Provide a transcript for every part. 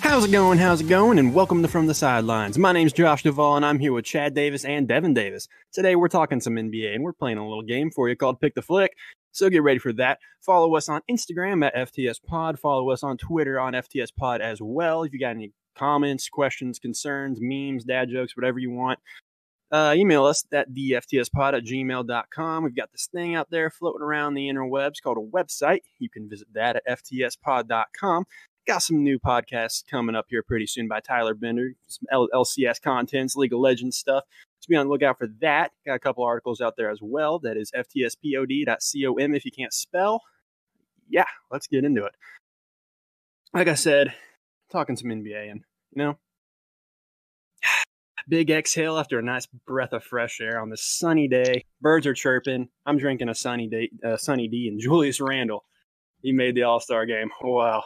How's it going? How's it going? And welcome to From the Sidelines. My name's Josh Duvall, and I'm here with Chad Davis and Devin Davis. Today we're talking some NBA, and we're playing a little game for you called Pick the Flick. So get ready for that. Follow us on Instagram at FTS Pod. Follow us on Twitter on FTS Pod as well. If you got any comments, questions, concerns, memes, dad jokes, whatever you want, uh, email us at dftspod at gmail.com. We've got this thing out there floating around the interwebs called a website. You can visit that at ftspod.com. Got some new podcasts coming up here pretty soon by Tyler Bender, some L- LCS contents, League of Legends stuff. So be on the lookout for that. Got a couple articles out there as well. That is ftspod.com if you can't spell. Yeah, let's get into it. Like I said, talking some NBA, and you know, big exhale after a nice breath of fresh air on this sunny day. Birds are chirping. I'm drinking a sunny day, uh, sunny D, and Julius Randle. He made the All Star game. Wow,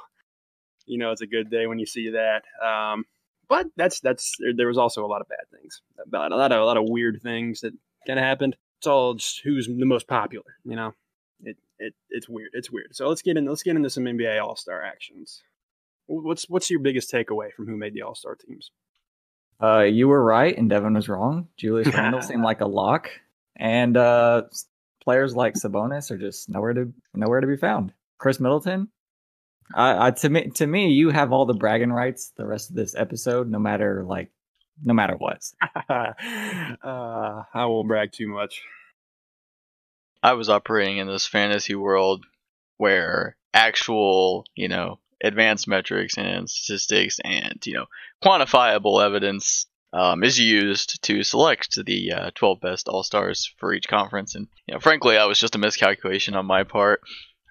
you know it's a good day when you see that. Um, but that's that's there, there was also a lot of bad things, about a lot of a lot of weird things that kind of happened. It's all just who's the most popular, you know. It it it's weird. It's weird. So let's get in. Let's get into some NBA All Star actions. What's what's your biggest takeaway from who made the All Star teams? Uh, you were right, and Devin was wrong. Julius Randle seemed like a lock, and uh, players like Sabonis are just nowhere to nowhere to be found. Chris Middleton, I, I to me to me, you have all the bragging rights the rest of this episode, no matter like no matter what. uh, I won't brag too much. I was operating in this fantasy world where actual, you know, advanced metrics and statistics and you know quantifiable evidence um, is used to select the uh, 12 best All Stars for each conference. And you know, frankly, that was just a miscalculation on my part.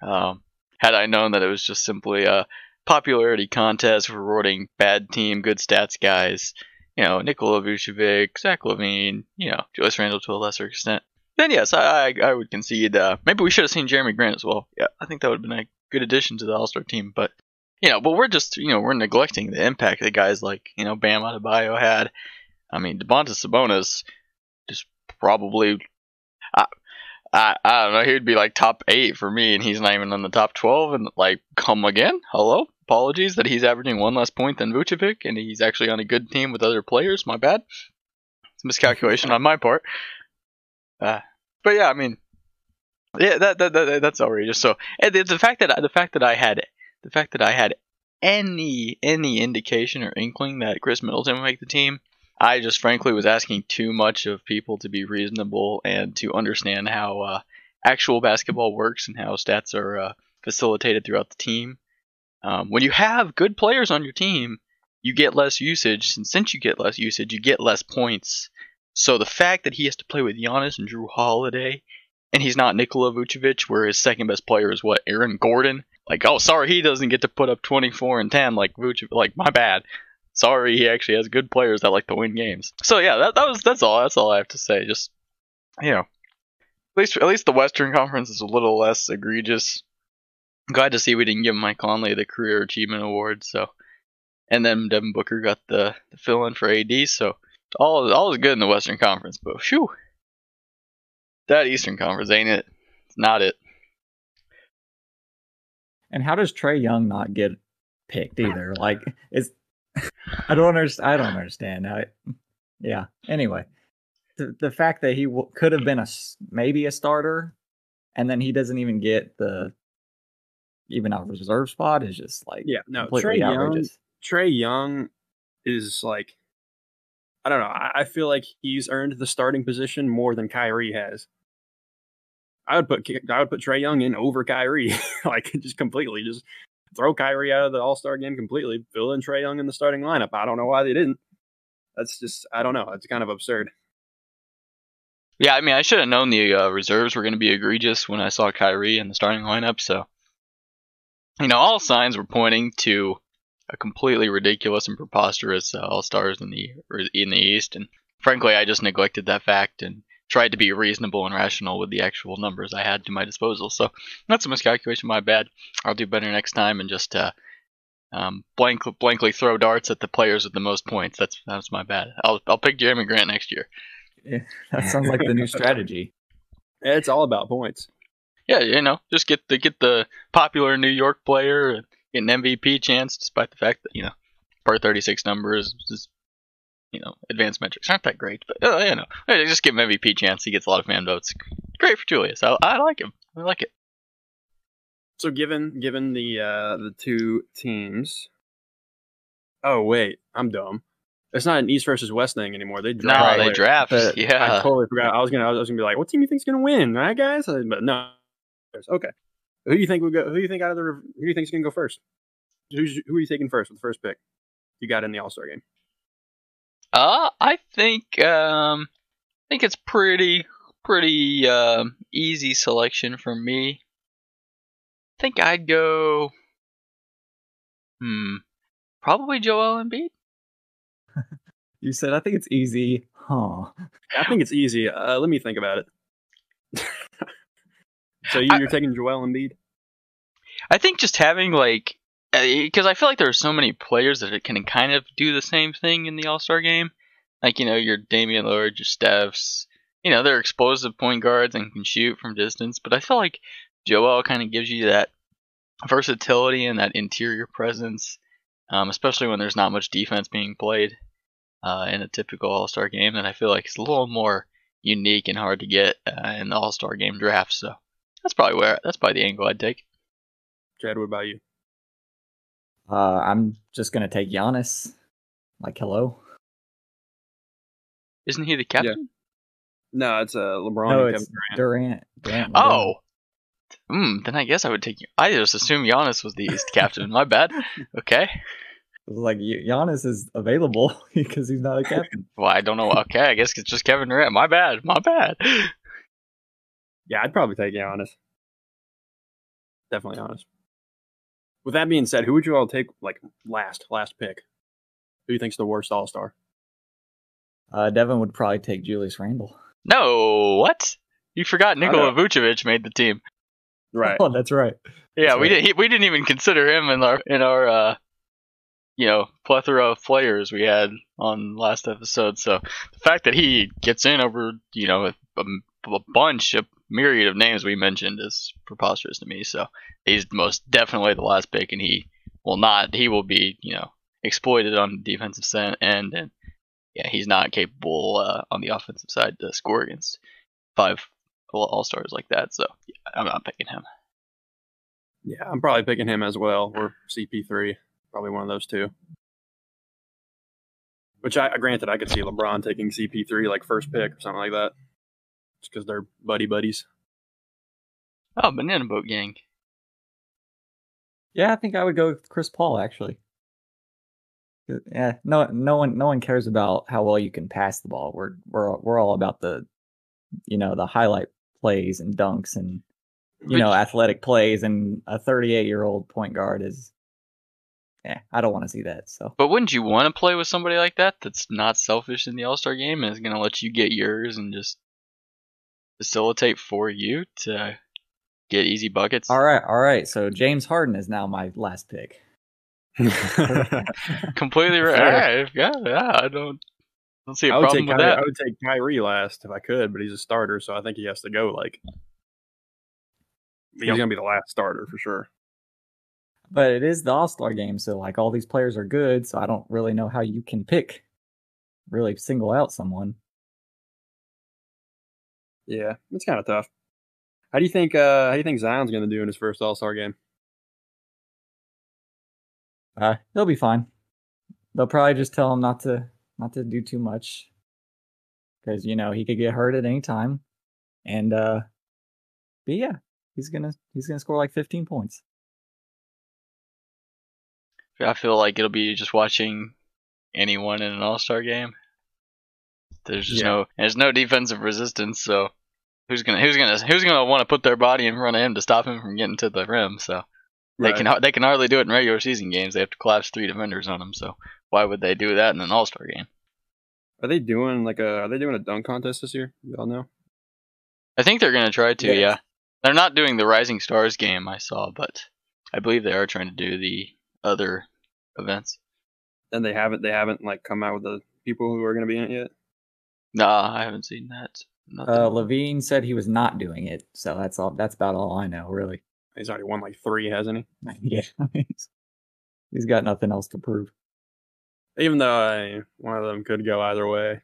Um, had I known that it was just simply a popularity contest rewarding bad team, good stats guys, you know, Nikola Vucevic, Zach Levine, you know, Julius Randle to a lesser extent. Then yes, I I, I would concede. Uh, maybe we should have seen Jeremy Grant as well. Yeah, I think that would have been a good addition to the All Star team. But you know, but we're just, you know, we're neglecting the impact that guys like, you know, Bam Adebayo had. I mean, Devonta Sabonis just probably, I, I, I don't know, he would be like top eight for me, and he's not even in the top 12. And like, come again? Hello? Apologies that he's averaging one less point than Vucevic, and he's actually on a good team with other players. My bad. It's a miscalculation on my part. Uh, but yeah, I mean, yeah, that, that, that that's outrageous. So the, the fact that the fact that I had the fact that I had any any indication or inkling that Chris Middleton would make the team, I just frankly was asking too much of people to be reasonable and to understand how uh, actual basketball works and how stats are uh, facilitated throughout the team. Um, when you have good players on your team, you get less usage, and since you get less usage, you get less points. So the fact that he has to play with Giannis and Drew Holiday, and he's not Nikola Vucevic, where his second best player is what Aaron Gordon like, oh, sorry, he doesn't get to put up 24 and 10 like Vucevic. Like, my bad. Sorry, he actually has good players that like to win games. So yeah, that, that was that's all. That's all I have to say. Just you know, at least at least the Western Conference is a little less egregious. I'm glad to see we didn't give Mike Conley the Career Achievement Award. So, and then Devin Booker got the, the fill in for AD. So all all is good in the Western Conference, but whew, that Eastern Conference ain't it? It's not it. And how does Trey Young not get picked either? Like, it's I don't understand. I don't understand. I, yeah. Anyway, the, the fact that he w- could have been a maybe a starter, and then he doesn't even get the even a reserve spot is just like yeah. No, Trey Young. Trey Young is like I don't know. I, I feel like he's earned the starting position more than Kyrie has. I would put I would put Trey Young in over Kyrie, like just completely, just throw Kyrie out of the All Star game completely, fill in Trey Young in the starting lineup. I don't know why they didn't. That's just I don't know. It's kind of absurd. Yeah, I mean, I should have known the uh, reserves were going to be egregious when I saw Kyrie in the starting lineup. So, you know, all signs were pointing to a completely ridiculous and preposterous uh, All Stars in the in the East, and frankly, I just neglected that fact and tried to be reasonable and rational with the actual numbers I had to my disposal. So that's a miscalculation, my bad. I'll do better next time and just uh, um, blank, blankly throw darts at the players with the most points. That's that's my bad. I'll I'll pick Jeremy Grant next year. Yeah, that sounds like the new strategy. It's all about points. Yeah, you know, just get the get the popular New York player and get an MVP chance, despite the fact that you know par 36 numbers. Just, you know, advanced metrics aren't that great, but uh, you know, hey, just give him MVP chance. He gets a lot of fan votes. Great for Julius. I, I like him. I like it. So given given the uh, the two teams. Oh wait, I'm dumb. It's not an East versus West thing anymore. They No, draft. they later. draft. But I yeah, totally forgot. I was gonna I was gonna be like, what team you think's gonna win, all right, guys? Uh, But no, okay. Who do you think will go? Who do you think out of the? Who do you think's gonna go first? Who's, who are you taking first with the first pick? You got in the All Star game. Uh, I think um, I think it's pretty pretty um, easy selection for me. I think I'd go. Hmm. Probably Joel Embiid. You said I think it's easy, huh? I think it's easy. Uh, let me think about it. so you, I- you're taking Joel Embiid. I think just having like, because I feel like there are so many players that can kind of do the same thing in the All Star game. Like you know, your Damian Lillard, your Stephs. You know, they're explosive point guards and can shoot from distance. But I feel like Joel kind of gives you that versatility and that interior presence, um, especially when there's not much defense being played uh, in a typical All Star game. That I feel like is a little more unique and hard to get uh, in the All Star game draft. So that's probably where that's probably the angle I'd take. Chad, what about you? Uh, I'm just gonna take Giannis. Like, hello. Isn't he the captain? No, it's uh, LeBron. no, and it's Kevin Durant. Durant. Durant. LeBron. Oh. Hmm, then I guess I would take you. I just assumed Giannis was the East captain. My bad. Okay. It was like Y- Giannis is available because he's not a captain. Well, I don't know. Okay, I guess it's just Kevin Durant. My bad. My bad. Yeah, I'd probably take Giannis. Definitely honest. With that being said, who would you all take like last last pick? Who do you think's the worst All Star? Uh, Devin would probably take Julius Randle. No, what? You forgot Nikola know. Vucevic made the team. Right. Oh, that's right. Yeah, That's we right. didn't. He, we didn't even consider him in our in our uh, you know, plethora of players we had on last episode. So the fact that he gets in over you know a, a bunch of myriad of names we mentioned is preposterous to me. So he's most definitely the last pick, and he will not. He will be you know exploited on the defensive sen- end, and yeah, he's not capable uh, on the offensive side to score against five all stars like that. So yeah, I'm not picking him. Yeah, I'm probably picking him as well, or CP3, probably one of those two. Which I granted, I could see LeBron taking CP3 like first pick or something like that, just because they're buddy buddies. Oh, banana boat gang. Yeah, I think I would go with Chris Paul actually. Uh, Yeah, no, no one, no one cares about how well you can pass the ball. We're we're we're all about the, you know, the highlight plays and dunks and you know athletic plays. And a 38 year old point guard is, yeah, I don't want to see that. So But wouldn't you want to play with somebody like that that's not selfish in the All Star game and is going to let you get yours and just facilitate for you to get easy buckets? all right, all right. So James Harden is now my last pick. I Completely right. All Fair. right. Yeah, yeah. I don't, don't see a would problem take with Kyrie, I that. would take Kyrie last if I could, but he's a starter, so I think he has to go. Like he's Yep. gonna be the last starter for sure. But it is the All Star game, so like all these players are good. So I don't really know how you can pick, really single out someone. Yeah, it's kind of tough. How do you think? Uh, how do you think Zion's gonna do in his first All Star game? Uh, they'll be fine. They'll probably just tell him not to not to do too much, because you know he could get hurt at any time. And uh, but yeah, he's gonna he's gonna score like 15 points. I feel like it'll be just watching anyone in an All Star game. There's just Yeah. no there's no defensive resistance, so who's gonna who's gonna who's gonna want to put their body in front of him to stop him from getting to the rim? So They can har- they can hardly do it in regular season games. They have to collapse three defenders on them. So why would they do that in an All Star game? Are they doing like a? Are they doing a dunk contest this year? Y'all know. I think they're gonna try to. Yeah. Yeah, they're not doing the Rising Stars game I saw, but I believe they are trying to do the other events. And they haven't. They haven't like come out with the people who are gonna be in it yet. Nah, I haven't seen that. Nothing. Uh, Levine said he was not doing it, so that's all. That's about all I know, really. He's already won like three, hasn't he? yeah, he's got nothing else to prove. Even though I, one of them could go either way,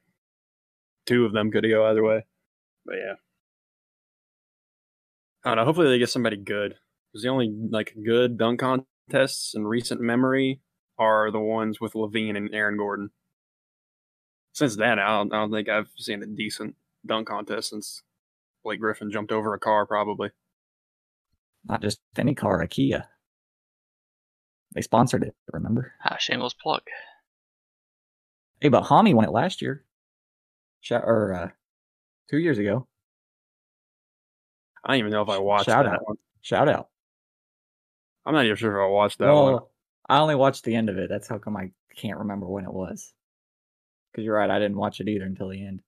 two of them could go either way. But yeah, I don't know. Hopefully they get somebody good. Because the only like good dunk contests in recent memory are the ones with Levine and Aaron Gordon. Since then, I don't, I don't think I've seen a decent dunk contest since Blake Griffin jumped over a car, probably. Not just any car, IKEA. They sponsored it, remember? Ah, shameless plug. Hey, but Hami won it last year. Sh- or uh, two years ago. I don't even know if I watched Shout that out. one. Shout out. I'm not even sure if I watched that well, one. I only watched the end of it. That's how come I can't remember when it was. Because you're right, I didn't watch it either until the end.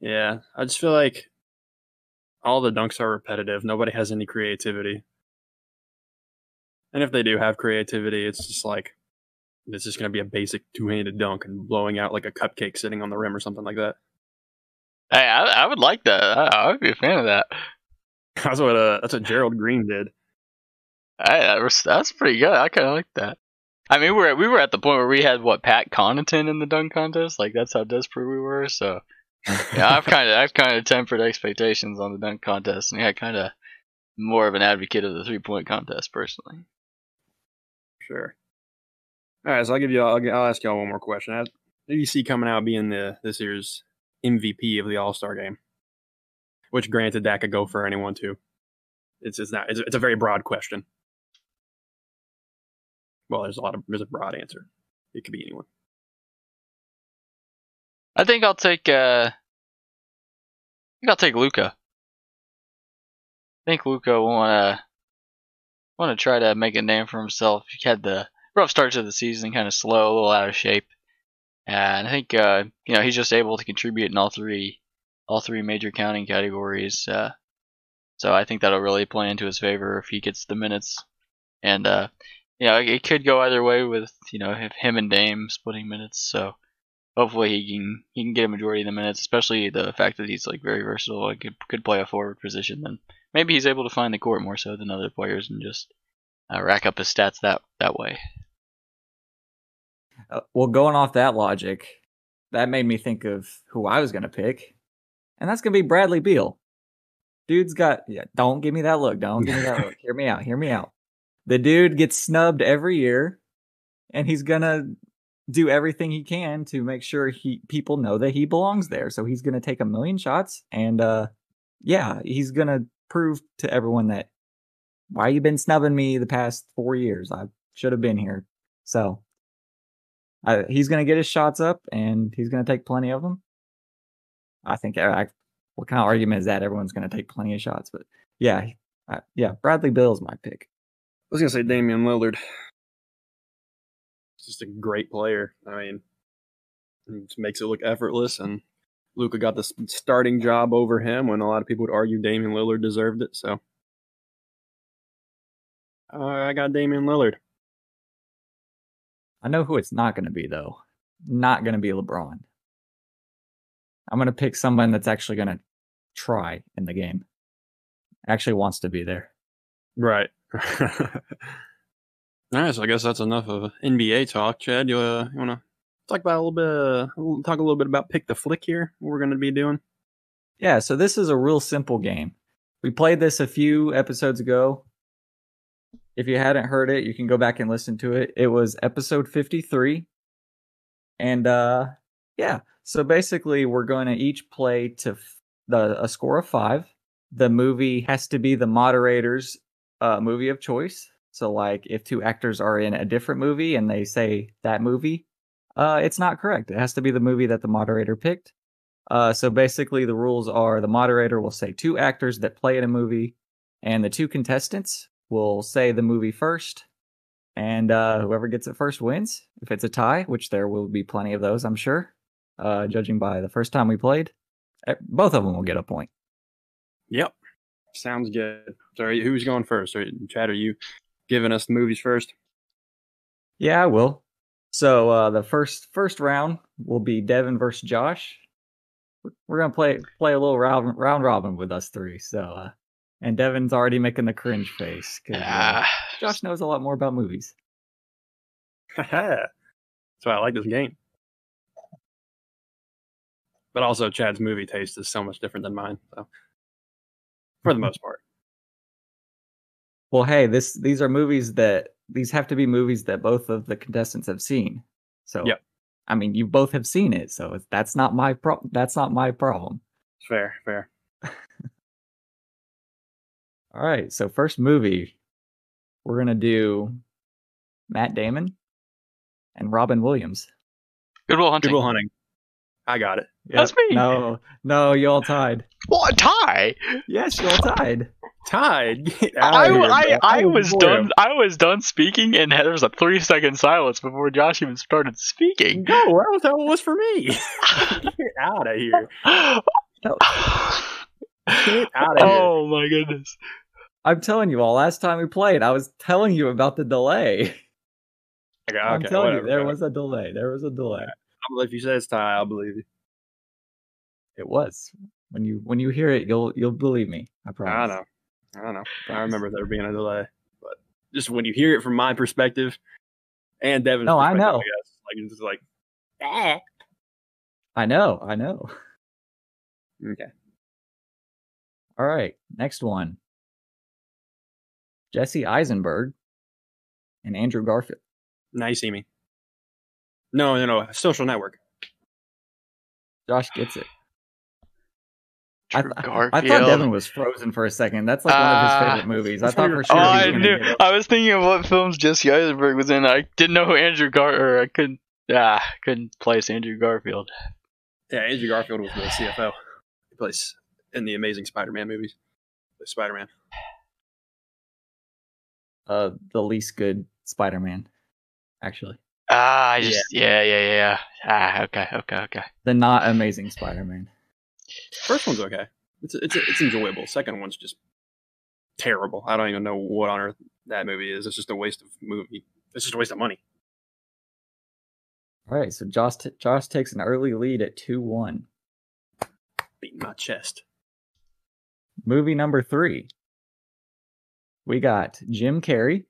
Yeah, I just feel like all the dunks are repetitive. Nobody has any creativity. And if they do have creativity, it's just like it's just going to be a basic two-handed dunk and blowing out like a cupcake sitting on the rim or something like that. Hey, I, I would like that. I, I would be a fan of that. That's what uh, that's what Gerald Green did. I, I res- that's pretty good. I kind of like that. I mean, we were we were at the point where we had what Pat Connaughton in the dunk contest. Like that's how desperate we were. So yeah, I've kind of I've kind of tempered expectations on the dunk contest, and yeah, kind of more of an advocate of the three point contest personally. Sure. All right, so I'll give you. I'll, I'll ask y'all one more question. How- Who do you see coming out being the this year's MVP of the All Star game? Which, granted, that could go for anyone too. It's it's not. It's, it's a very broad question. Well, there's a lot of there's a broad answer. It could be anyone. I think I'll take uh, I think I'll take Luca. I think Luca will wanna wanna try to make a name for himself. He had the rough start to the season, kind of slow, a little out of shape, and I think uh, you know he's just able to contribute in all three all three major counting categories. Uh, so I think that'll really play into his favor if he gets the minutes, and uh, you know it, it could go either way with you know if him and Dame splitting minutes. So hopefully he can he can get a majority of the minutes, especially the fact that he's like very versatile and could could play a forward position. Then maybe he's able to find the court more so than other players and just uh, rack up his stats that that way. Uh, well, going off that logic, that made me think of who I was going to pick, and that's going to be Bradley Beal. Dude's got. Yeah, don't give me that look. Don't give me that look. Hear me out. Hear me out. The dude gets snubbed every year, and he's gonna do everything he can to make sure he people know that he belongs there. So he's gonna take a million shots, and uh, yeah, he's gonna prove to everyone that why you been snubbing me the past four years. I should have been here. So I, he's going to get his shots up and he's going to take plenty of them. I think, uh, I, I- what kind of argument is that? Everyone's going to take plenty of shots. But yeah, I, yeah, Bradley Bill's my pick. I was gonna say Damian Lillard. He's Just a great player. I mean, he just makes it look effortless. And Luca got the s- starting job over him when a lot of people would argue Damian Lillard deserved it. So uh, I got Damian Lillard. I know who it's not going to be, though. Not going to be LeBron. I'm going to pick someone that's actually going to try in the game, actually wants to be there. Right. All right. So I guess that's enough of NBA talk. Chad, you, uh, you want to talk about a little bit? Uh, we'll talk a little bit about pick the flick here. What we're going to be doing. Yeah, so this is a real simple game. We played this a few episodes ago. If you hadn't heard it, you can go back and listen to it. It was episode 53. And uh yeah, so basically we're going to each play to f- the a score of 5. The movie has to be the moderator's uh movie of choice. So like if two actors are in a different movie and they say that movie, uh it's not correct. It has to be the movie that the moderator picked. Uh, so basically, the rules are the moderator will say two actors that play in a movie, and the two contestants will say the movie first, and uh, whoever gets it first wins. If it's a tie, which there will be plenty of those, I'm sure, uh, judging by the first time we played, eh, both of them will get a point. Yep. Sounds good. Sorry, who's going first? Are, Chad, are you giving us the movies first? Yeah, I will. So uh, the first first round will be Devin versus Josh. We're gonna play play a little round round robin with us three. So, uh, and Devin's already making the cringe face. 'cause, uh, Ah, Josh knows a lot more about movies. Haha. That's why I like this game. But also, Chad's movie taste is so much different than mine. So, for the most part, Well, hey, this these are movies that these have to be movies that both of the contestants have seen. So, Yep. I mean, you both have seen it, so it's- that's not my problem. That's not my problem. it's fair, fair. All right, so first movie, we're gonna do Matt Damon and Robin Williams. Goodwill Good Hunting. Will Hunting. I got it. That's me. No, no, you all tied. What tie? Yes, you all tied. Tied. Get out I, of here, I, bro. I was bored. done. I was done speaking, and there was a three second silence before Josh even started speaking. No, that was, that was for me. Get out of here. Get out of here. oh my goodness! I'm telling you all. Last time we played, I was telling you about the delay. Okay, I'm okay, telling whatever, you, there whatever. was a delay. There was a delay. Well, If you say it's Ty, I'll believe you. It was. When you when you hear it, you'll you'll believe me. I I promise. know. I know. I remember there being a delay, but just when you hear it from my perspective and Devin's No, I perspective, know. guess, like it's just like "Ah." I know. I know. okay, All right. Next one. Jesse Eisenberg and Andrew Garfield. now you see me. No, no, no. Social network. Josh gets it. I, Drew th- Garfield. I thought Devin was frozen for a second. That's like one of his Ah. favorite movies. Uh, I That's thought one for of sure. your- oh, he was I gonna knew. get it. I was thinking of what films Jesse Eisenberg was in. I didn't know who Andrew Gar. Or I couldn't. Ah, couldn't place Andrew Garfield. Yeah, Andrew Garfield was the CFO. He plays in the Amazing Spider-Man movies. Spider Man. Uh, the least good Spider-Man, actually. Ah, I just yeah, yeah, yeah. yeah. Ah, okay, okay, okay. The not amazing Spider-Man. First one's okay. It's it's it's enjoyable. Second one's just terrible. I don't even know what on earth that movie is. It's just a waste of movie. It's just a waste of money. All right. So Josh t- Josh takes an early lead at two one. Beating my chest. Movie number three. We got Jim Carrey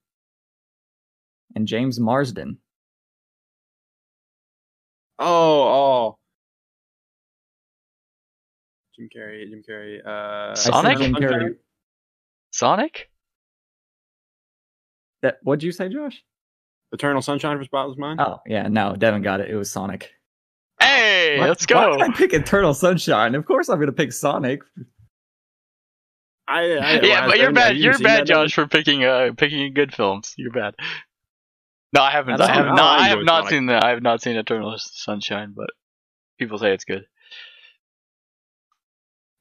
and James Marsden. Oh, oh. Jim Carrey, Jim Carrey. Uh, I said Sonic? Jim Carrey. Sonic. That what'd you say, Josh? Eternal Sunshine of a Spotless Mind. Oh yeah, no, Devin got it. It was Sonic. Hey, Why- let's Why go. did I pick Eternal Sunshine? Of course, I'm gonna pick Sonic. I, I, yeah, Eliza, but you're have bad. you You're seen bad, that movie? Josh, for picking uh picking good films. You're bad. No, I haven't. I I have don't know. not. I I have enjoy not Sonic. seen that. I have not seen Eternal Sunshine, but people say it's good.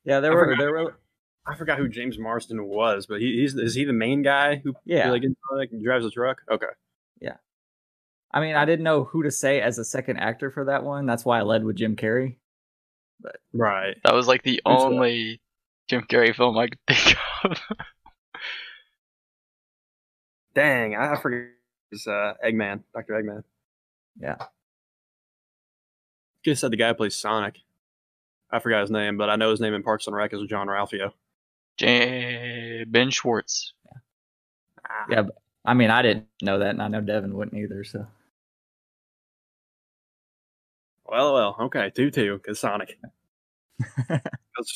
Yeah, there I were forgot. there were I forgot who James Marsden was, but he, he's is he the main guy who yeah. like, like drives the truck? Okay. I mean, I didn't know who to say as a second actor for that one. That's why I led with Jim Carrey. Right. That was like the Who's that? only Jim Carrey film I could think of. Dang, I I forget. It's uh, Eggman, Doctor Eggman. Yeah. Just said the guy who plays Sonic. I forgot his name, but I know his name in Parks and Rec is John Ralphio. J- ben Schwartz. Ah, Yeah. I mean, I didn't know that, and I know Devin wouldn't either. So Well, well, okay, two two, cause Sonic. That's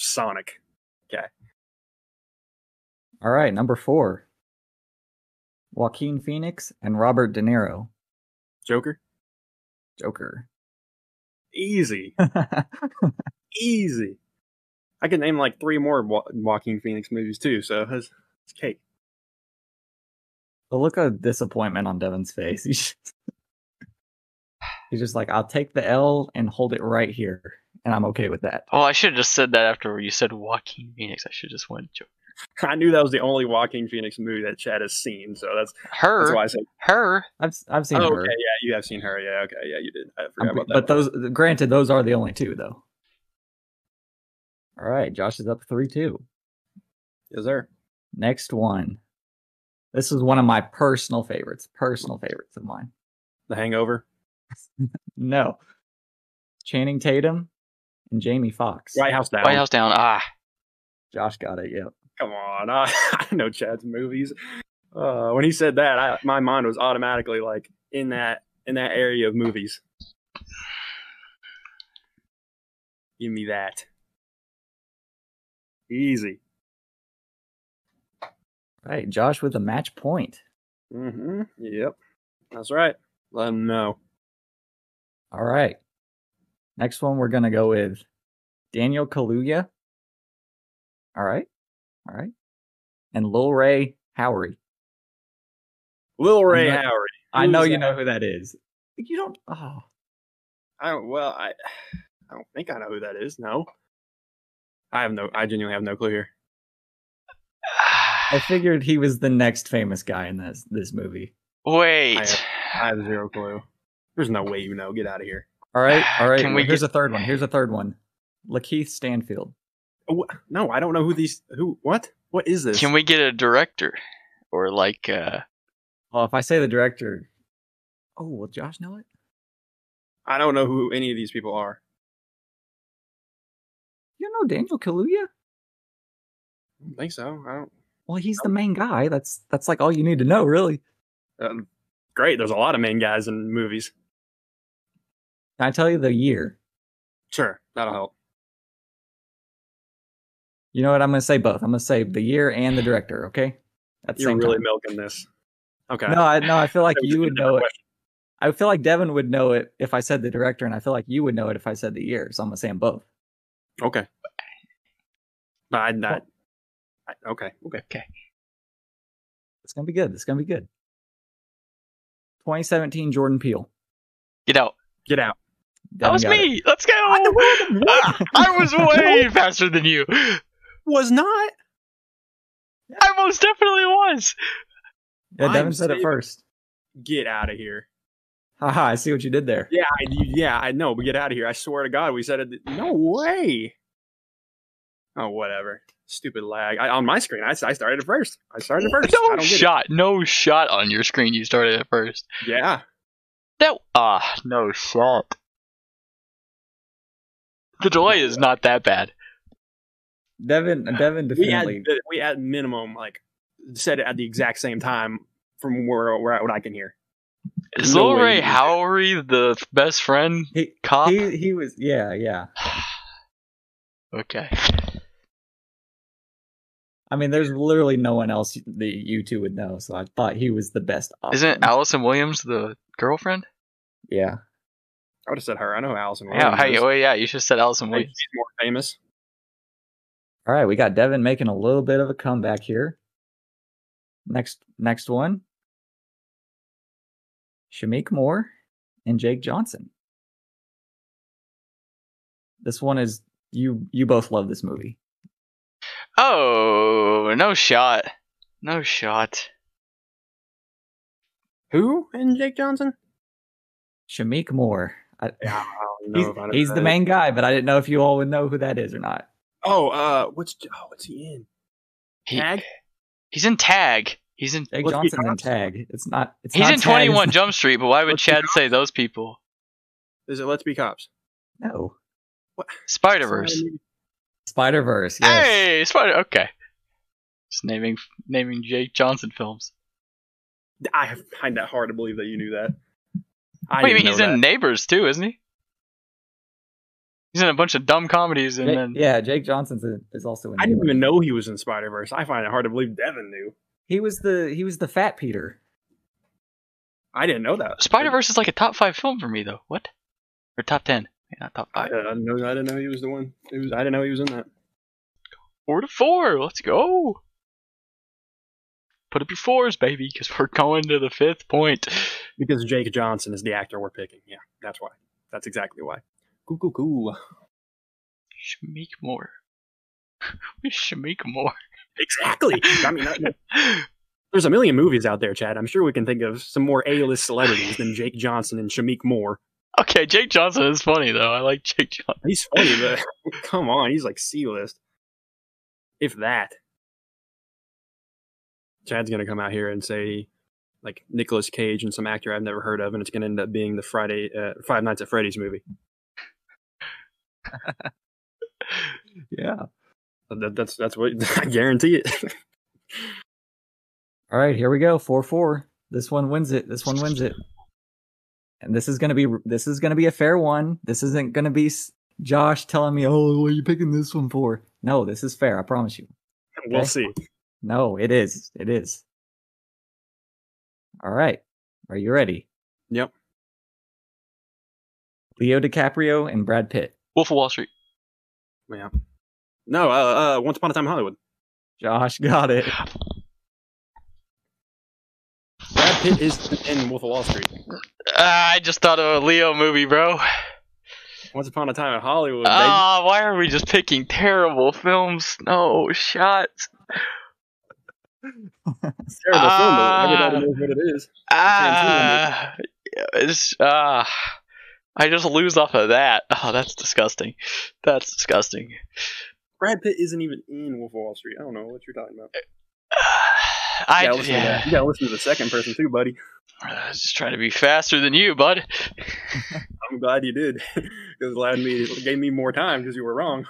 Sonic. all right, number four. Joaquin Phoenix and Robert De Niro, Joker. Joker. Easy, easy. I could name like three more Wa- Joaquin Phoenix movies too, so it's, it's cake. The look of disappointment on Devin's face. He's just, he's just like, I'll take the L and hold it right here, and I'm okay with that. Oh, I should have just said that after you said Joaquin Phoenix. I should just went Joker. I knew that was the only Joaquin Phoenix movie that Chad has seen, so that's that's Her, why I said. her. I've s- I've seen Oh, her, okay, yeah, you have seen her. Yeah, okay, yeah, you did. I I'm forgot pre- about that. but one. those, granted, those are the only two though. All right, Josh is up three two. yes, sir. Next one. This is one of my personal favorites. Personal favorites of mine. The Hangover. No, Channing Tatum and Jamie Foxx. White House Down. White House Down. Ah, Josh got it. Yep. Come on, I, I know Chad's movies. Uh, when he said that, I, my mind was automatically like in that in that area of movies. Give me that. Easy. Right, Josh with a match point. Mm-hmm. Yep. That's right. Let him know. All right. Next one we're gonna go with Daniel Kaluuya. All right. All right. And Lil Ray Howery. Lil Ray not- Howery. I Who's know you that? know who that is. You don't oh I don't. Well, I. I don't think I know who that is. No. I have no. I genuinely have no clue here. I figured he was the next famous guy in this this movie. Wait. I have zero clue. There's no way you know. Get out of here. All right, all right. Can Can we we here's a third one. Here's a third one. Lakeith Stanfield. Wh- No, I don't know who these. Who? What? What is this? Can we get a director or like uh Well, Oh, if I say the director, oh, will Josh know it? I don't know who any of these people are. You know Daniel Kaluuya? I don't think so. I don't. Well, he's the main guy. That's that's like all you need to know, really. Um, great. There's a lot of main guys in movies. Can I tell you the year? Sure, that'll help. You know what? I'm going to say both. I'm going to say the year and the director. Okay. At the You're same really time. milking this. Okay. No, I, no. I feel like That was a you would different know it. question. I feel like Devin would know it if I said the director, and I feel like you would know it if I said the year. So I'm going to say 'em both. Okay. But I, I, I, okay. Okay. It's going to be good. It's going to be good. 2017 Jordan Peele. get out? Get out. That Devin was got it. me. Let's go. I know it. I, I was way faster than you. Was not. I most definitely was. Yeah, I'm Devin said it saving- first. Get out of here. Haha, I see what you did there. Yeah. I, you- yeah. I know. But get out of here. I swear to God, we said it. No way. Oh, whatever. Stupid lag. I, on my screen, I, I started it first. I started it first. I No don't get it. shot. No shot on your screen. You started it first. Yeah. That ah, no shot. The delay is not that bad. Devin, Devin we at, definitely. we at minimum like said it at the exact same time from where where what I can hear. Is No Lil way. Ray Howery the best friend He, cop? he he was yeah yeah. okay. I mean, there's literally no one else that you two would know, so I thought he was the best. Option. Isn't Allison Williams the girlfriend? Yeah, I would have said her. I know who Allison. Yeah. Williams Hey, is. oh yeah, you should have said I Allison think Williams. she's more famous. All right, we got Devin making a little bit of a comeback here. Next next one. Shamik Moore and Jake Johnson. This one is you you both love this movie. Oh, no shot. No shot. Who and Jake Johnson? Shamik Moore. I, Yeah, I don't know he's if I know he's who the that is. main guy, but I didn't know if you all would know who that is or not. Oh, uh, what's oh, what's he in? He- Tag? He's in Tag. He's in. Let's Jake be Johnson's in honest. tag. It's not it's He's not in Tag, Twenty One it's not- Jump Street. But why would Let's be Chad say those people? Is it Let's Be Cops? No. Spider Verse. Spider Verse, yes. Hey, Spider. Okay. Just naming naming Jake Johnson films. I find that hard to believe that you knew that. I Wait, didn't you mean know he's that. in Neighbors too, isn't he? He's in a bunch of dumb comedies, and Jake- then yeah, Jake Johnson's in- is also in I didn't Neighbors. even know he was in Spider Verse. I find it hard to believe Devin knew. He was the he was the fat Peter. I didn't know that. Spider Verse is like a top five film for me, though. What? Or top ten? Yeah, not top I, I five. didn't know. I didn't know he was the one. He was, I didn't know he was in that. Four to four. Let's go. Put up your fours, baby, because we're going to the fifth point. Because Jake Johnson is the actor we're picking. Yeah, that's why. That's exactly why. Cool, cool, cool. Shamik Moore. Shamik Moore. Exactly. I mean, I- there's a million movies out there, Chad. I'm sure we can think of some more A-list celebrities than Jake Johnson and Shamik Moore. Okay, Jake Johnson is funny though. I like Jake Johnson. He's funny, but come on, he's like C-list, if that. Chad's gonna come out here and say like Nicolas Cage and some actor I've never heard of, and it's gonna end up being the Friday uh, Five Nights at Freddy's movie. Yeah. That, that's that's what I guarantee it. All right, here we go. Four four. This one wins it. This one wins it. and this is gonna be this is gonna be a fair one. This isn't gonna be s- Josh telling me, "Oh, what are you picking this one for?" No, this is fair. I promise you. We'll Okay. see. No, it is. It is. All right. Are you ready? Yep. Leo DiCaprio and Brad Pitt. Wolf of Wall Street. Yeah. No, uh, uh, Once Upon a Time in Hollywood. Josh got it. Brad Pitt is in Wolf of Wall Street. Ah, I just thought of a Leo movie, bro. Once Upon a Time in Hollywood. baby. Ah, why are we just picking terrible films? No shots. It's a terrible film, but everybody ah. knows what it is. Ah, it's ah. I just lose off of that. Oh, that's disgusting. That's disgusting. Brad Pitt isn't even in Wolf of Wall Street. I don't know what you're talking about. I You gotta listen, to, that. You gotta listen to the second person too, buddy. I was just trying to be faster than you, bud. I'm glad you did. it allowed me, it gave me more time because you were wrong.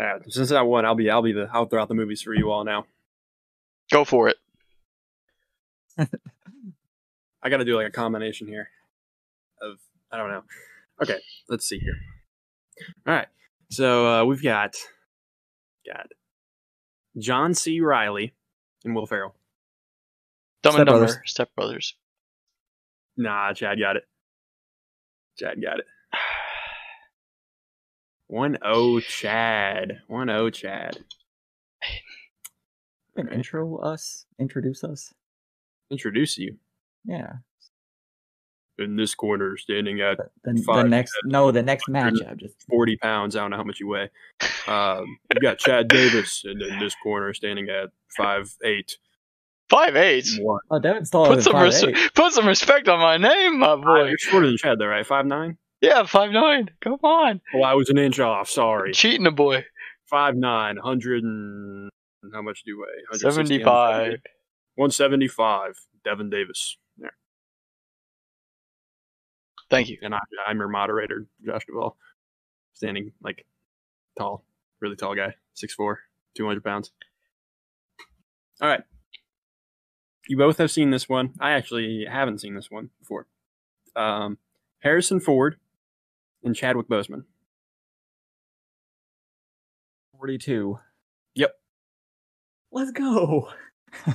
Uh, since I won, I'll be, I'll be the, I'll throw out the movies for you all now. Go for it. I got to do like a combination here of, I don't know. Okay, let's see here. All right, so uh, we've got, got John C. Riley and Will Ferrell. Dumb Step and Dumber, Brothers. Step Brothers. Nah, Chad got it. Chad got it. One O Chad. One O Chad. Can intro us? Introduce us? Introduce you. Yeah. In this corner, standing at The, the Fuck. next no, the next matchup. Just 40 pounds. I don't know how much you weigh. Um, you got Chad Davis in, in this corner, standing at five eight Five eight. one. oh, Devin's taller Put than some five res- put some respect on my name, my boy. You're shorter than Chad, though, right? Five nine. Yeah, five nine. Come on, Well, Oh, I was an inch off. Sorry. cheating the boy. Five nine. Hundred and how much do you weigh? 160, Seventy five. 170, 175. Devin Davis. There. Thank you. and I, I'm your moderator, Josh Duvall, standing like tall, really tall guy, 6'4, 200 pounds. All right. You both have seen this one. I actually haven't seen this one before. Um, Harrison Ford and Chadwick Boseman. forty-two. Yep. Let's go. So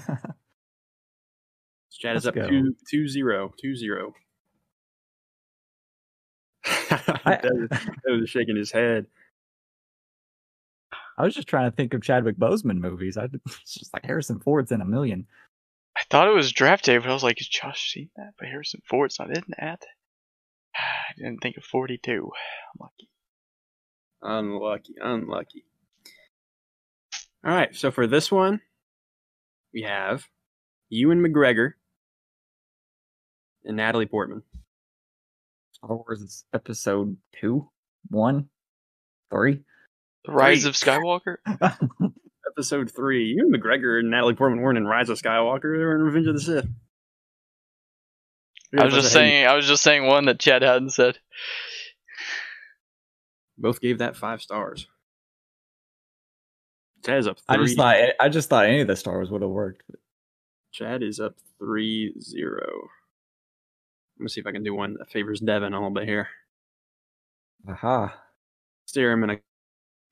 Chad is Let's up go. 2 two zero, two zero. I- Devin, Devin is shaking his head. I was just trying to think of Chadwick Boseman movies. I it's just like Harrison Ford's in a million. I thought it was draft day, but I was like, is Josh seen that? But Harrison Ford's not in that. I didn't think of forty two. I'm lucky. Unlucky, unlucky. All right, so for this one, we have Ewan McGregor and Natalie Portman. Star Wars is episode two, one, three. The Rise Three. of Skywalker. Episode three. Ewan McGregor and Natalie Portman weren't in Rise of Skywalker; they were in Revenge of the Sith. I was just Hey, saying. I was just saying one that Chad hadn't said. Both gave that five stars. Chad is up. Three. I just thought I just thought any of the Star Wars would have worked. Chad is up three zero. Let me see if I can do one that favors Devin a little bit here. Aha. steer him in a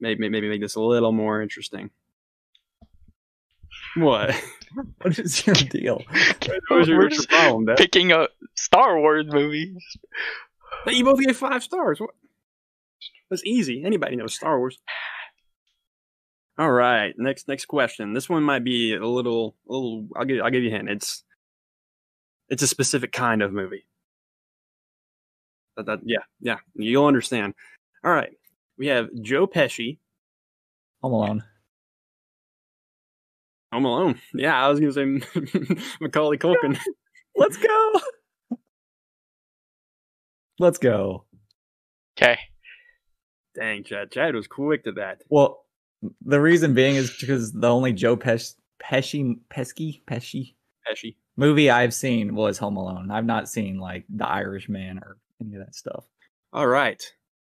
maybe maybe make this a little more interesting. What? What is your deal? What was your, We're what's your just problem, Dad? Picking a Star Wars movie. Hey, You both gave five stars. What? That's easy. Anybody knows Star Wars. All right, next next question. This one might be a little a little. I'll give I'll give you a hint. It's it's a specific kind of movie. That, that, yeah, yeah, you'll understand. All right, we have Joe Pesci Home Alone. Home Alone. Yeah, I was gonna say Macaulay Culkin. Let's go. Let's go. Okay. Dang, Chad. Chad was quick to that. Well, the reason being is because the only Joe Pesh, Pesci Pesky Pesci Pesci. movie I've seen was Home Alone. I've not seen like The Irishman or any of that stuff. All right.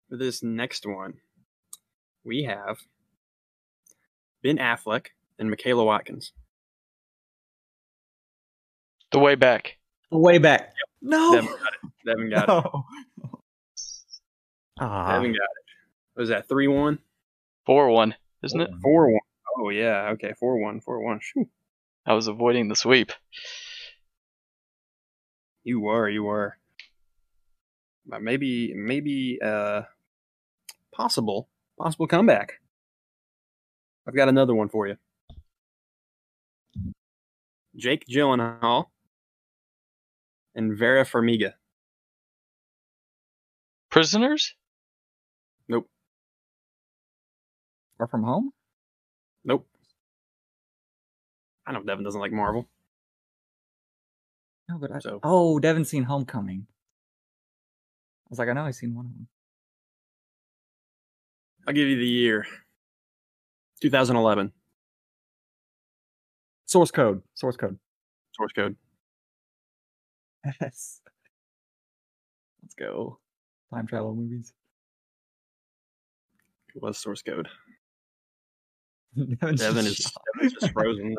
For this next one, we have Ben Affleck and Michaela Watkins. The Way Back. Way back. No. Devin got it. Devin got it. no. Ah, Devin got it. What was that three one? Four one, isn't it? Four one. Oh yeah. Okay. Four one. Four one. Shoo. I was avoiding the sweep. You were. You were. But maybe. Maybe. Uh. Possible. Possible comeback. I've got another one for you. Jake Gyllenhaal and Vera Farmiga. Prisoners? Far from home? Nope. I know Devin doesn't like Marvel. No, but I, So- oh, Devin's seen Homecoming. I was like, I know I've seen one of them. I'll give you the year 2011. Source code. Source code. Source code. Yes. Let's go. Time travel movies. It was source code. Devin's Devin just- is Devin's just frozen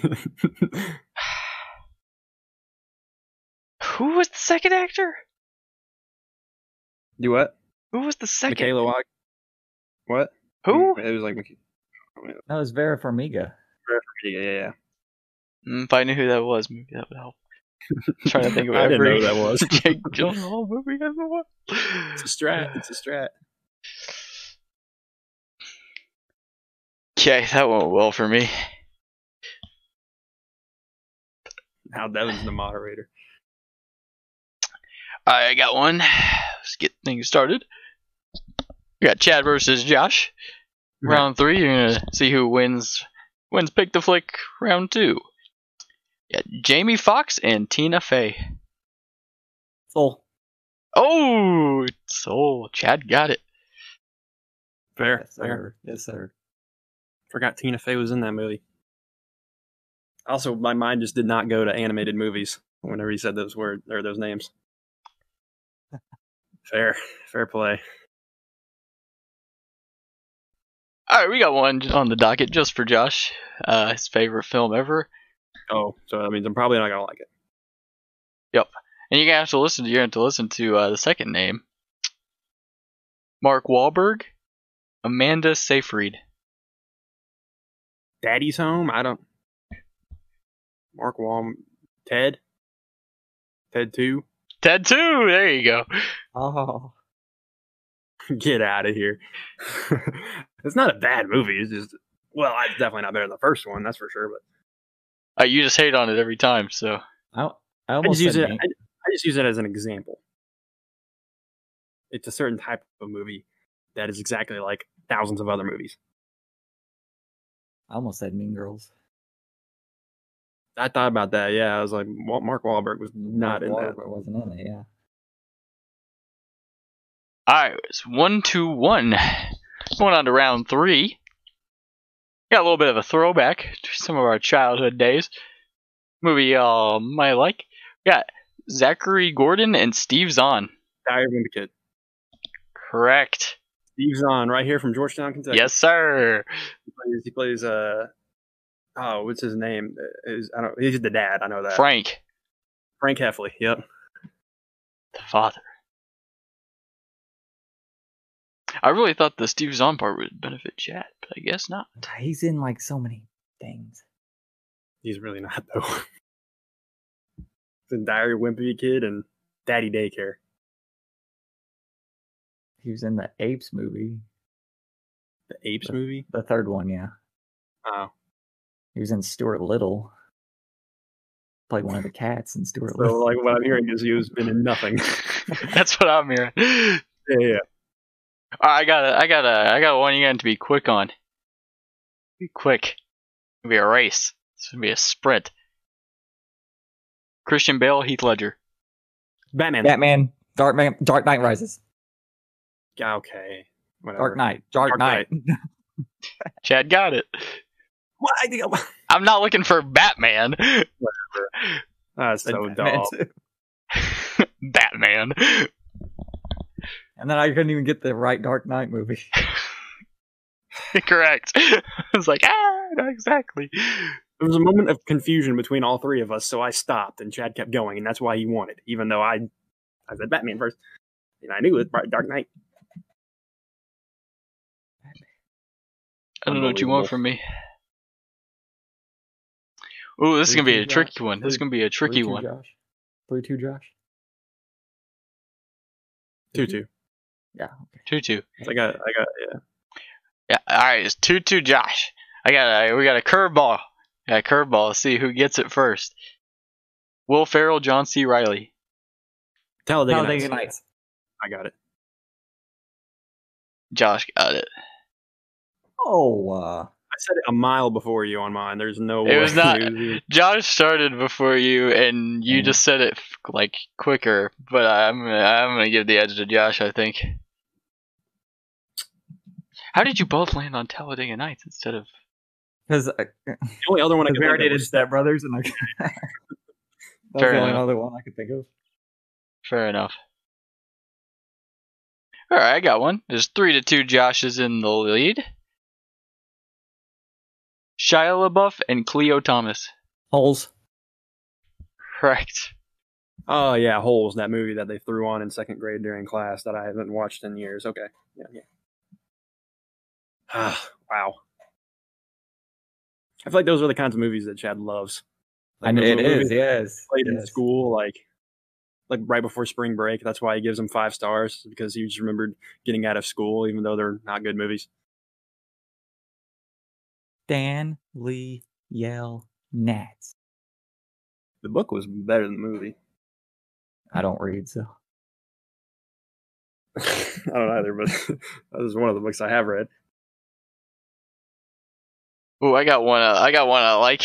right now. Who was the second actor? Do what? Who was the second? Michaela Wag. What? Who? It was like Mik- That was Vera Farmiga. yeah, yeah, yeah. Mm, If I knew who that was, maybe that would help. I'm trying to think of I didn't know every who that was. Jake Gyllenhaal movie I've ever watched. It's a strat. It's a strat. Okay, that went well for me. Now Devin's the moderator. All right, I got one. Let's get things started. We got Chad versus Josh. Right. Round three, you're gonna see who wins. Wins pick the flick. Round two. Yeah, Jamie Fox and Tina Fey. Soul. Oh, so Chad got it. Fair. Yes, sir. Yes, sir. Forgot Tina Fey was in that movie. Also, my mind just did not go to animated movies whenever he said those word or those names. fair, fair play. All right, we got one on the docket just for Josh. Uh, his favorite film ever. Oh, so that means I'm probably not gonna like it. And you're gonna have to listen to you're gonna have to listen to uh, the second name. Mark Wahlberg, Amanda Seyfried. Daddy's Home. I don't. Mark Wahlm, Ted, Ted Two. Ted too. There you go. Oh. Get out of here. it's not a bad movie. It's just well, it's definitely not better than the first one. That's for sure. But Uh, you just hate on it every time, so I, I I just almost use said it. I, Nate. I just use it as an example. It's a certain type of movie that is exactly like thousands of other movies. I almost said Mean Girls. I thought about that. Yeah, I was like, Wa- Mark Wahlberg was not in that. Wahlberg wasn't in it. Yeah. all right, it's one two one. Going on to round three. Got a little bit of a throwback to some of our childhood days. Movie y'all might like. We got Zachary Gordon and Steve Zahn. Diary of a Wimpy Kid. Correct. Steve Zahn, right here from Georgetown, Kentucky. Yes, sir. he plays. He plays uh, oh, what's his name? Uh, Is I don't. He's the dad. I know that. Frank, Frank Heffley. Yep. the father. I really thought the Steve Zahn part would benefit Chad, but I guess not. He's in like so many things. He's really not though. He's in Diary of a Wimpy Kid and Daddy Daycare. He was in the Apes movie, The Apes movie. the third one. Yeah. Oh, He was in Stuart Little. Played one of the cats in Stuart so Little. like what I'm hearing is he's been in nothing. That's what I'm hearing. Yeah, yeah. All right, I got a, I got a, I got one you got to be quick on. Be quick. It'll be a race. It's gonna be a sprint. Christian Bale, Heath Ledger. Batman. Batman, Dark Man, Dark Knight Rises, Yeah, Ah, Okay. Whatever. Dark Knight, Dark, Dark Knight. Chad got it. What? I think I'm- I'm not looking for Batman. That's Ah, so Batman dull. too. Batman. And then I couldn't even get the right Dark Knight movie. Correct. I was like, ah, not exactly. There was a moment of confusion between all three of us, so I stopped, and Chad kept going, and that's why he won it, even though I, I said Batman first, and I knew it. Bright Dark Knight. I don't know what you Unbelievable. want from me. Ooh, this is Three gonna be two, a Josh. tricky one. This is Three- gonna be a tricky Three, two, one. Josh. Three two Josh. Two two. Yeah. Okay. Two two. I got. I got. Yeah. Yeah. All right. It's two two. Josh. I got. A, we got a curveball. Got a curveball. Let's See who gets it first. Will Farrell, John C. Riley. Talladega, Talladega Nights. Nights. I got it. Josh got it. Oh, uh, I said it a mile before you on mine. There's no It way. was not- you- Josh started before you, and you Yeah. just said it f- like quicker. But I'm gonna, I'm gonna give the edge to Josh. I think. How did you both land on Talladega Nights instead of? because The only other one I could we think already of did was Step Brothers, and I. that was Fair the only enough. other one I could think of. Fair enough. All right, I got one. There's three to two. Josh is in the lead. Shia LaBeouf and Cleo Thomas. Holes. Correct. Oh yeah, Holes, that movie that they threw on in second grade during class that I haven't watched in years. Okay. Yeah, yeah. Ah, wow. I feel like those are the kinds of movies that Chad loves. Like, And those it little movies is. Yes. played in yes. school, like like right before spring break. That's why he gives them five stars because he just remembered getting out of school, even though they're not good movies. Dan Lee Yell Nats. The book was better than the movie. I don't read, so I don't either, but that was one of the books I have read. Ooh, I got one. Uh, I got one. I like.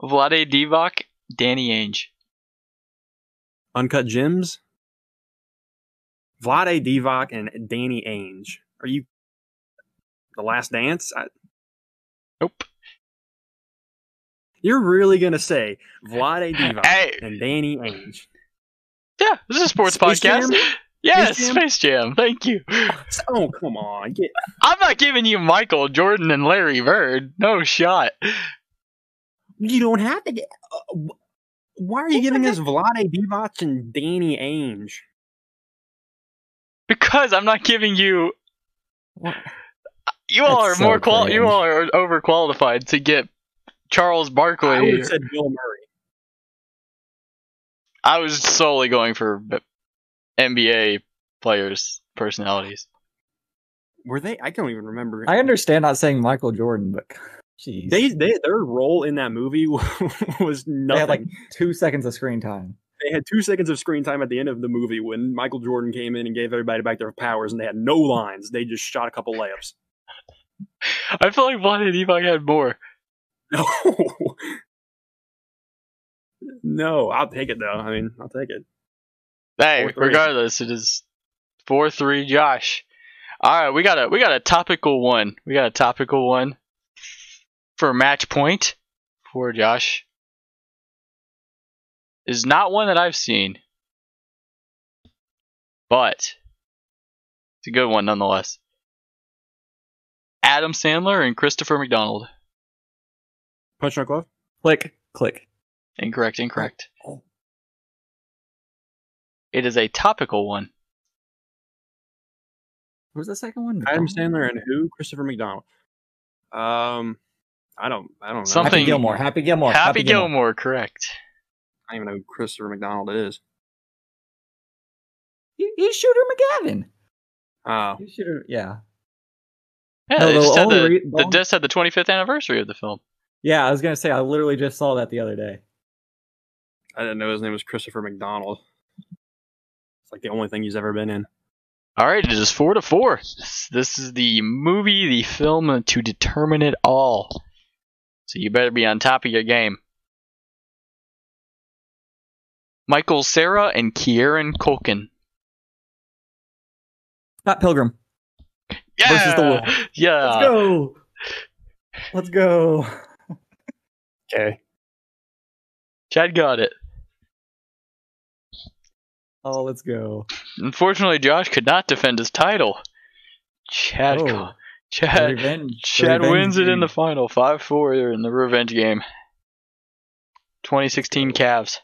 Vlade Divac, Danny Ainge. Uncut Gems, Vlade Divac, and Danny Ainge. Are you the Last Dance? I, Nope. you're really gonna say Vlade Divac Hey. and Danny Ainge? Yeah, this is a sports Space podcast. Jam? Yes, Space Jam? Space Jam. Thank you. Oh come on, get I'm not giving you Michael Jordan and Larry Bird. No shot. you don't have to. Get, uh, wh- why are you giving us Vlade Divac and Danny Ainge? Because I'm not giving you. What? You all That's are more so qual. You cringe. all are overqualified to get Charles I would Barkley. have said Bill Murray. I was solely going for b- NBA players' personalities. Were they? I don't even remember. I understand not saying Michael Jordan, but jeez, They, they their role in that movie was nothing. They had like two seconds of screen time. they had two seconds of screen time at the end of the movie when Michael Jordan came in and gave everybody back their powers, and they had no lines. They just shot a couple layups. I feel like Vlade Divac had more. No, no, I'll take it though. I mean, I'll take it. Hey, Four three. regardless, it is four three Josh. Alright, we got a we got a topical one. We got a topical one for match point for Josh. Is not one that I've seen. But it's a good one nonetheless. Adam Sandler and Christopher McDonald. Punch drunk love. Click, click. Incorrect, incorrect. Oh. It is a topical one. What was the second one? Adam McDonald? Sandler and who? Christopher McDonald. Um, I don't, I don't know. Something- Happy Gilmore. Happy Gilmore. Happy, Gilmore. correct. I don't even know who Christopher McDonald is. He- He's Shooter McGavin. Oh, He's Shooter. Yeah. Yeah, No, they, the just had only the, re- the they only- just had the 25th anniversary of the film. Yeah, I was gonna say I literally just saw that the other day. I didn't know his name was Christopher McDonald. It's like the only thing he's ever been in. All right, it is four to four. This, this is the movie, the film to determine it all. So you better be on top of your game. Michael Sarah and Kieran Culkin. Pat Pilgrim. Yeah, Versus the world. Let's yeah. go. Let's go. Okay. Chad got it. Oh, let's go. Unfortunately, Josh could not defend his title. Chad, Oh. got- Chad, Revenge. Uh, Chad revenge wins it in game. the final, five four in the revenge game. 2016 Cavs.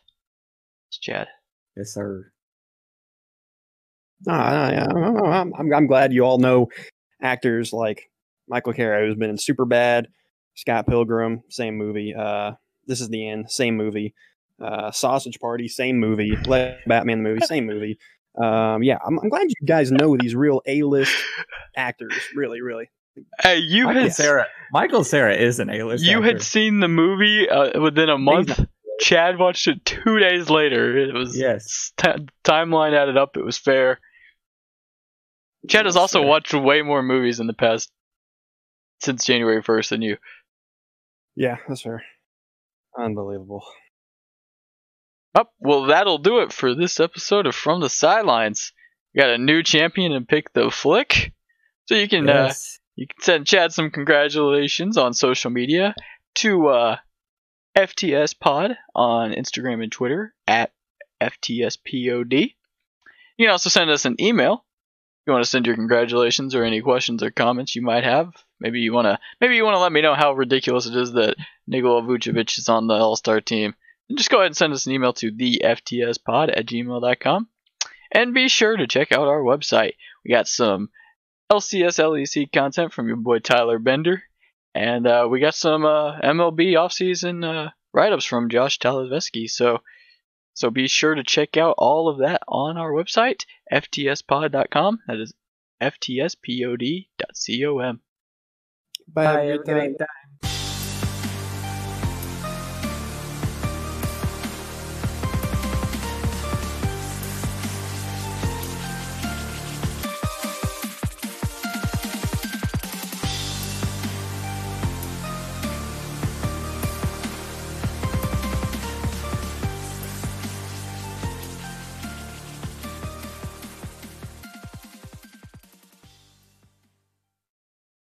It's Chad. Yes, sir. No, I- I- I- I'm, I'm, I'm glad you all know actors like Michael Cera, who's been in Superbad, Scott Pilgrim, same movie. Uh, this is the end, same movie. Uh, Sausage Party, same movie. Let Batman the movie, same movie. Um, yeah, I'm, I'm glad you guys know these real A-list actors. Really, really. Hey, you Michael had Sarah. Michael Sarah is an A-list. you had actor. seen the movie uh, within a month. Chad watched it two days later. It was Yes. t- timeline added up. It was fair. Chad has also Fair. watched way more movies in the past since January 1st than you. Yeah, that's fair. Unbelievable. Up. Well, that'll do it for this episode of From the Sidelines. We got a new champion and pick the flick. So you can uh, Yes. you can send Chad some congratulations on social media to uh, FTS Pod on Instagram and Twitter at FTSPOD. You can also send us an email. If you want to send your congratulations or any questions or comments you might have. Maybe you wanna maybe you wanna let me know how ridiculous it is that Nikola Vucevic is on the All Star team. And just go ahead and send us an email to the FTSPod at gmail.com. And be sure to check out our website. We got some LCSLEC E content from your boy Tyler Bender, and uh, we got some uh, MLB offseason uh, write-ups from Josh Talaveski. So, so be sure to check out all of that on our website, ftspod.com. That is ftspod.com. Bye, Bye, everybody. everything.